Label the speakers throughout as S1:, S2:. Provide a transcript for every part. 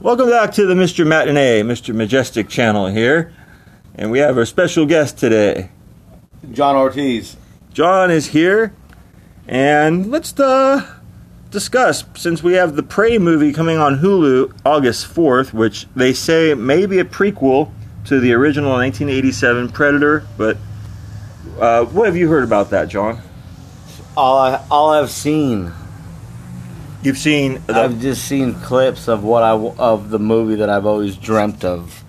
S1: Welcome back to the Mr. Matinee, Mr. Majestic channel here. And we have our special guest today.
S2: John Ortiz.
S1: John is here. And let's uh, discuss since we have the Prey movie coming on Hulu August 4th, which they say may be a prequel to the original 1987 Predator. But uh, what have you heard about that, John?
S2: All I, all I've seen,
S1: You've seen the,
S2: I've just seen clips of what I w- of the movie that I've always dreamt of.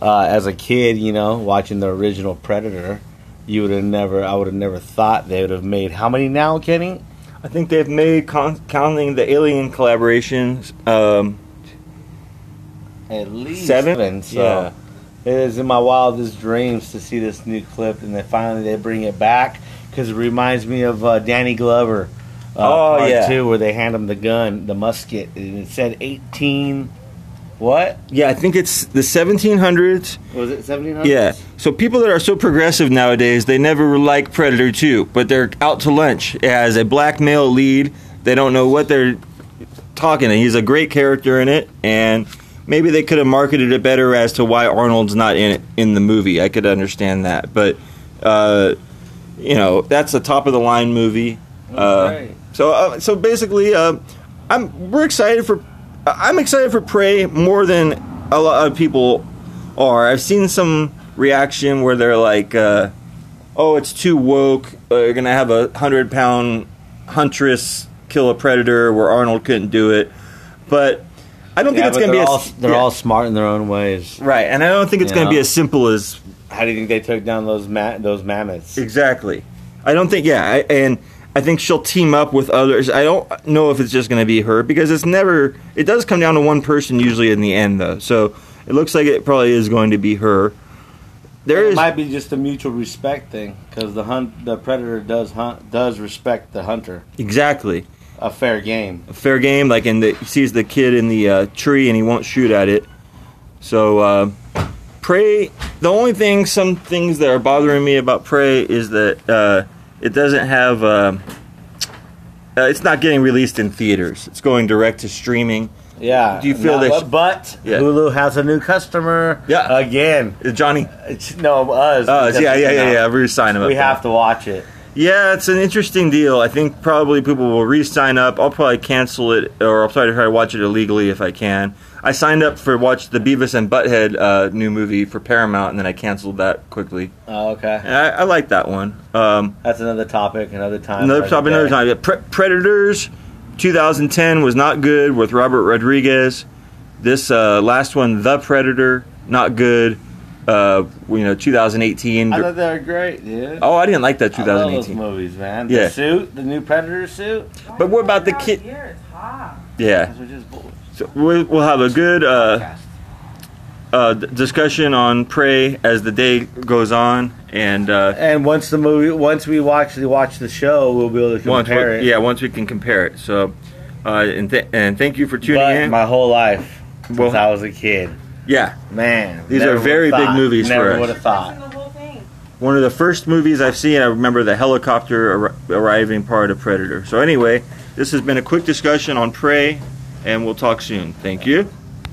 S2: Uh, as a kid, you know, watching the original Predator, you would have never, I would have never thought they would have made how many now, Kenny?
S1: I think they've made con- counting the Alien collaborations. Um,
S2: At least
S1: Seven?
S2: so.
S1: Yeah.
S2: It is in my wildest dreams to see this new clip, and then finally they bring it back because it reminds me of uh, Danny Glover. Uh,
S1: Oh,
S2: part
S1: yeah.
S2: two, where they hand him the gun, the musket, and it said eighteen. What
S1: yeah, I think it's the 1700s.
S2: was it? Seventeen hundred.
S1: Yeah. So people that are so progressive nowadays, they never like Predator 2, but they're out to lunch as a black male lead. They don't know what they're talking. to. He's a great character in it, and maybe they could have marketed it better as to why Arnold's not in it in the movie. I could understand that, but uh, you know, that's a top of the line movie. Uh,
S2: Right.
S1: So, uh, so basically, uh, I'm we're excited for I'm excited for Prey more than a lot of people are. I've seen some reaction where they're like, uh, "Oh, it's too woke. Uh, you're gonna have a hundred pound huntress kill a predator where Arnold couldn't do it." But I don't
S2: Yeah,
S1: think it's
S2: but
S1: gonna
S2: they're
S1: be
S2: all,
S1: as,
S2: they're
S1: yeah,
S2: all smart in their own ways.
S1: right, and I don't think it's
S2: You
S1: gonna be
S2: know?
S1: as simple as
S2: How do you think they took down those ma- those mammoths?
S1: Exactly. I don't think. Yeah, I, and I think she'll team up with others. I don't know if it's just going to be her because it's never. It does come down to one person usually in the end, though. So it looks like it probably is going to be her. There
S2: It
S1: is.
S2: might be just a mutual respect thing because the hunt, the predator does hunt, does respect the hunter.
S1: exactly
S2: A fair game.
S1: a fair game. Like in the he sees the kid in the uh, tree and he won't shoot at it. So uh, prey. The only thing, some things that are bothering me about prey is that uh, it doesn't have. Uh, uh, it's not getting released in theaters. It's going direct to streaming.
S2: Yeah.
S1: Do you feel
S2: Now,
S1: they sh-
S2: But, but
S1: Yeah.
S2: Hulu has a new customer.
S1: Yeah.
S2: Again.
S1: Uh, Johnny.
S2: It's, no, us.
S1: Uh,
S2: because,
S1: yeah, yeah,
S2: you know,
S1: yeah, yeah. We sign him up.
S2: We have to watch it.
S1: Yeah, it's an interesting deal. I think probably people will re-sign up. I'll probably cancel it, or I'll try to try to watch it illegally if I can. I signed up for watch the Beavis and Butthead uh, new movie for Paramount, and then I canceled that quickly.
S2: Oh, okay.
S1: And I, I like that one. Um,
S2: That's another topic, another time.
S1: another
S2: another
S1: topic, another
S2: day.
S1: time. Yeah, Pre- Predators, 2010 was not good with Robert Rodriguez. This uh, last one, The Predator, not good. Uh, you know, 2018.
S2: I thought they were great, dude.
S1: oh, I didn't like that
S2: I love those
S1: 2018.
S2: movies, man.
S1: Yeah.
S2: The suit, the new Predator suit.
S1: But what about the kid-
S3: Here, it's hot.
S1: yeah.
S2: That's what just bull-
S1: So we- we'll have a good uh, uh, d- discussion on prey as the day goes on, and uh,
S2: And once the movie, once we actually watch the show, we'll be able to
S1: once we,
S2: compare it.
S1: yeah, once we can compare it. So, uh, and th- and thank you for tuning
S2: But
S1: in.
S2: my whole life since
S1: Well-
S2: I was a kid,
S1: yeah,
S2: man.
S1: These
S2: never
S1: are very
S2: would've
S1: big
S2: thought-
S1: movies for
S2: Never
S1: us.
S2: would have
S3: Watching
S2: thought.
S3: the whole thing.
S1: one of the first movies I've seen. I remember the helicopter ar- arriving part of Predator. So anyway, this has been a quick discussion on prey, and we'll talk soon. Thank you.